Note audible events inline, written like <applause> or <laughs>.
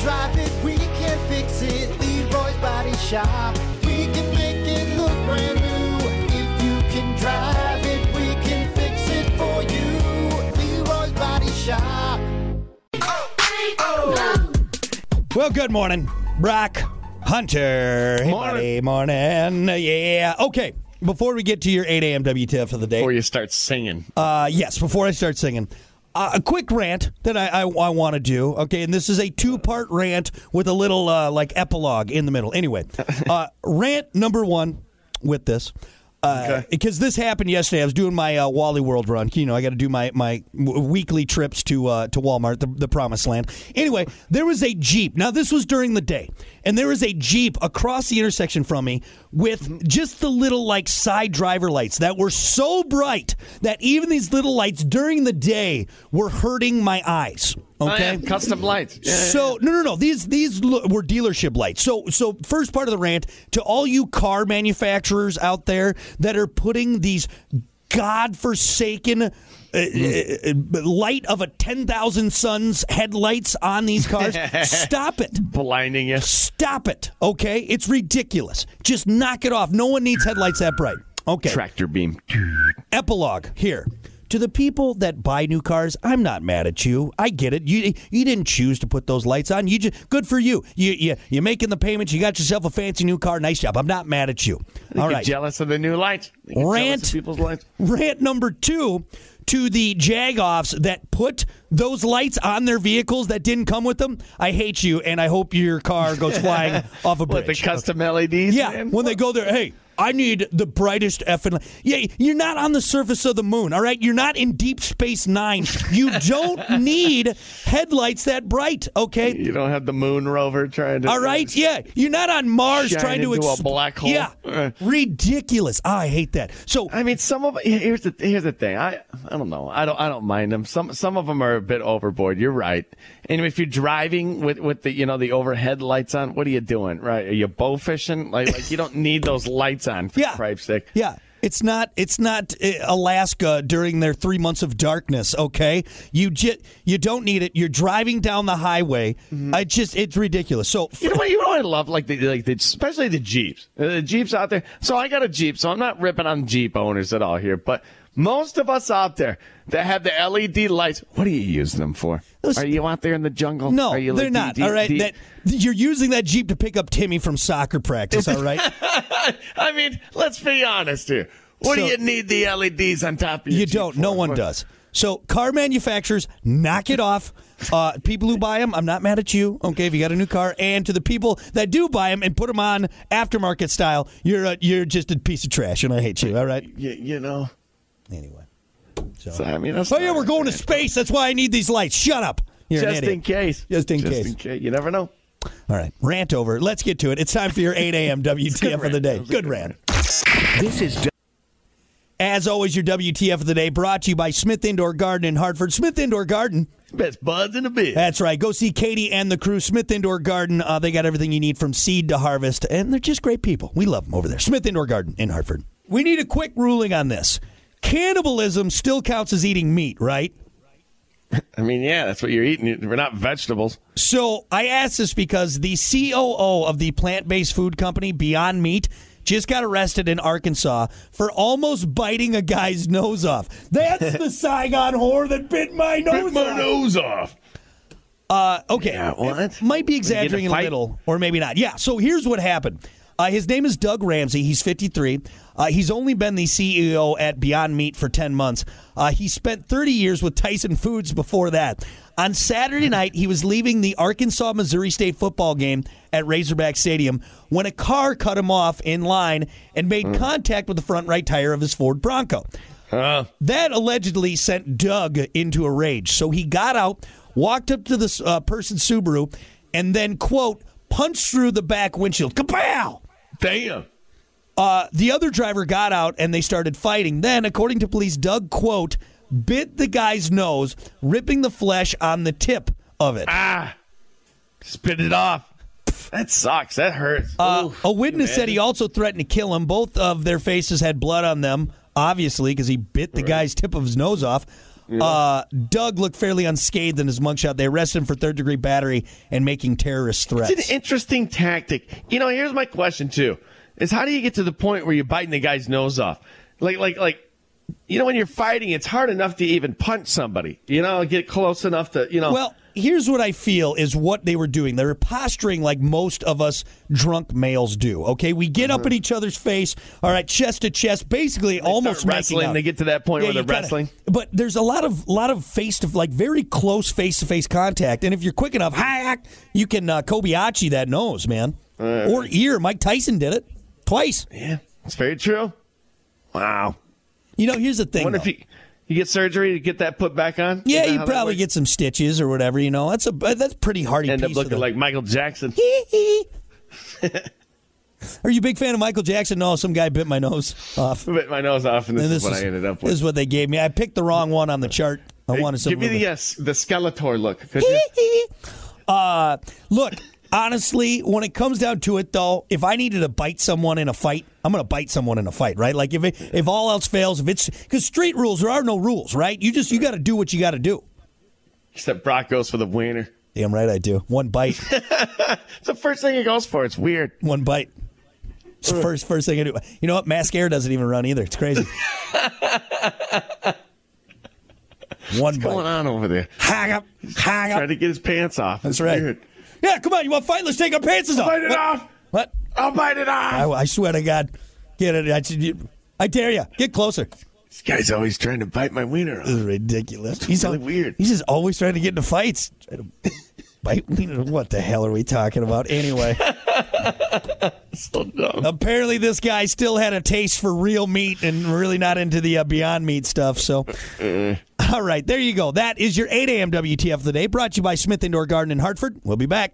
drive it, we can fix it. Leroy's Body Shop. We can make it look brand new. If you can drive it, we can fix it for you. Leroy's Body Shop. Well, good morning, Brock Hunter. Hey, buddy. Morning. Yeah. Okay. Before we get to your 8 a.m. WTF of the day, Before you start singing. uh, yes, before I start singing, uh, a quick rant that I, I, I want to do. Okay. And this is a two part rant with a little uh, like epilogue in the middle. <laughs> Anyway, uh, rant number one with this. Uh, Because this happened yesterday, I was doing my uh, Wally World run. You know, I got to do my my w- weekly trips to uh, to Walmart, the, the promised land. Anyway, there was a Jeep. Now this was during the day, and there was a Jeep across the intersection from me with just the little like side driver lights that were so bright that even these little lights during the day were hurting my eyes. Okay, Oh, yeah, Custom lights. Yeah, yeah, so no, no, no. These these lo- were dealership lights. So so first part of the rant to all you car manufacturers out there that are putting these godforsaken uh, Mm. uh, uh, light of a ten thousand suns headlights on these <laughs> cars. Stop it. yeah. blinding you. Stop it. Okay, it's ridiculous. Just knock it off. No one needs headlights that bright. Okay Tractor beam. <laughs> epilogue here to the people that buy new cars i'm not mad at you i get it you you didn't choose to put those lights on you just good for you you you you're making the payments you got yourself a fancy new car nice job i'm not mad at you all Get right jealous of the new lights. They get jealous Rant. of people's lights. rant number two to the jagoffs that put those lights on their vehicles that didn't come with them i hate you and i hope your car goes flying off a bridge With the custom LEDs. yeah, man. when they go there, hey, I need the brightest effing. li-" Yeah, you're not on the surface of the moon, all right? You're not in Deep Space Nine. You <laughs> don't need headlights that bright, okay? You don't have the moon rover trying to. All right, yeah, you're not on Mars Shine trying to into a expl- black hole. Yeah, Uh. ridiculous. Ah, I hate that. So I mean, some of here's the here's the thing. I I don't know. I don't I don't mind them. Some some of them are a bit overboard. You're right. And if you're driving with with the you know the overhead lights on, what are you doing? Right? Are you bow fishing? Like like you don't need those lights on. For Yeah. Cripe stick. Yeah. It's not it's not uh, Alaska during their 3 months of darkness, okay? You just you don't need it. You're driving down the highway. I just it's ridiculous. So Mm-hmm. You know what? You know what I love, like the like the, especially the Jeeps, Uh, the Jeeps out there. So I got a Jeep, so I'm not ripping on Jeep owners at all here, but most of us out there that have the LED lights, what are you using them for? Those- are you out there in the jungle? No, Oh, are you they're like, not. do- do- all right, do- that you're using that jeep to pick up Timmy from soccer <laughs> practice. All right, <laughs> I mean, let's be honest here. What So- do you need the LEDs on top of your you Jeep don't. for? No one What- does. So, car manufacturers, knock it off. Uh, people who buy them, I'm not mad at you. Okay, if you got a new car, and to the people that do buy them and put them on aftermarket style, you're a, you're just a piece of trash, and I hate you. All right. You, you know. Anyway. So, I mean, that's Oh yeah, not- we're going to space. That's why I need these lights. Shut up. You're an Just idiot. in case. Just in case. Just in case. You never know. All right, rant over. Let's get to it. <laughs> It's time for your 8 a.m. WTF of the day. Good rant. This is As always, your WTF of the day brought to you by Smith Indoor Garden in Hartford. Smith Indoor Garden. Best buds in the biz. That's right. Go see Katie and the crew. Smith Indoor Garden. Uh, they got everything you need from seed to harvest, and they're just great people. We love them over there. Smith Indoor Garden in Hartford. We need a quick ruling on this. Cannibalism still counts as eating meat, right? I mean, yeah, that's what you're eating. We're not vegetables. So I asked this because the COO of the plant based food company Beyond Meat just got arrested in Arkansas for almost biting a guy's nose off. <laughs> That's the Saigon whore that bit my nose Rip my off. nose off. Uh, Okay. Yeah, what? Might be get in a exaggerating a fight? little, or maybe not. Yeah, so here's what happened. Uh, his name is Doug Ramsey. He's 53. Uh, he's only been the CEO at Beyond Meat for 10 months. Uh, he spent 30 years with Tyson Foods before that. On Saturday night, he was leaving the Arkansas Missouri State football game at Razorback Stadium when a car cut him off in line and made Hmm. contact with the front right tire of his Ford Bronco. That allegedly sent Doug into a rage. So he got out, walked up to this uh, person's Subaru, and then, quote, punched through the back windshield. Kapow! Damn. Uh, the other driver got out and they started fighting. Then, according to police, Doug, quote, bit the guy's nose, ripping the flesh on the tip of it. Spit it off. That sucks. That hurts. Uh, a witness said he also threatened to kill him. Both of their faces had blood on them, obviously, because he bit the guy's tip of his nose off. Uh, Doug looked fairly unscathed in his mugshot. They arrested him for third degree battery and making terrorist threats. It's an interesting tactic. You know, here's my question too: is how do you get to the point where you're biting the guy's nose off? Like, like, like, you know, when you're fighting, it's hard enough to even punch somebody. You know, get close enough to, you <laughs> know. Well, here's what I feel is what they were doing. They were posturing like most of us drunk males do. Okay, we get Mm-hmm. up in each other's face. All right, chest to chest, basically almost making wrestling. out. They get to that point where you they're gotta- wrestling. But there's a lot of lot of face to like very close face to face contact, and if you're quick enough, hack, you can uh, Kobayashi that nose, man, or ear. Mike Tyson did it twice. yeah, it's very true. Wow. You know, here's the I thing. wonder if though. you you get surgery to get that put back on. yeah, know you how that probably works? get some stitches or whatever. You know, that's a that's a pretty hardy. end up piece of looking the- like Michael Jackson. <laughs> Are you a big fan of Michael Jackson? No, some guy bit my nose off. <laughs> Bit my nose off, and this, And is what I ended up with. This is what they gave me. I picked the wrong one on the chart. I Hey, wanted Give something. me a the little yes, the Skeletor look. could you? <laughs> bit- uh, look, honestly, when it comes down to it, though, if I needed to bite someone in a fight, I'm going to bite someone in a fight, right? Like if it, if all else fails, if it's because street rules, there are no rules, right? You just you got to do what you got to do. Except Brock goes for the wiener. Damn right, I do. One bite, It's the first thing he goes for. It's weird. one bite. It's the first first thing I do. You know what? Mask air doesn't even run either. It's <laughs> crazy. One What's going bite. on over there? Hang up. Hang up. Trying to get his pants off. That's right. Yeah, come on. You want to fight? Let's take our pants off. Bite it what? off. What? I'll bite it I, off. I swear to God. Get it. I, you- I dare you. Get closer. This guy's always trying to bite my wiener off. This is ridiculous. he's really al- weird. He's just always trying to get into <laughs> fights. Try to bite me. What the hell are we talking about? <laughs> Anyway, Oh, So dumb. apparently this guy still had a taste for real meat and really not into the uh, Beyond Meat stuff. So, all right, there you go. That is your 8 a.m. WTF of the day, brought to you by Smith Indoor Garden in Hartford. We'll be back.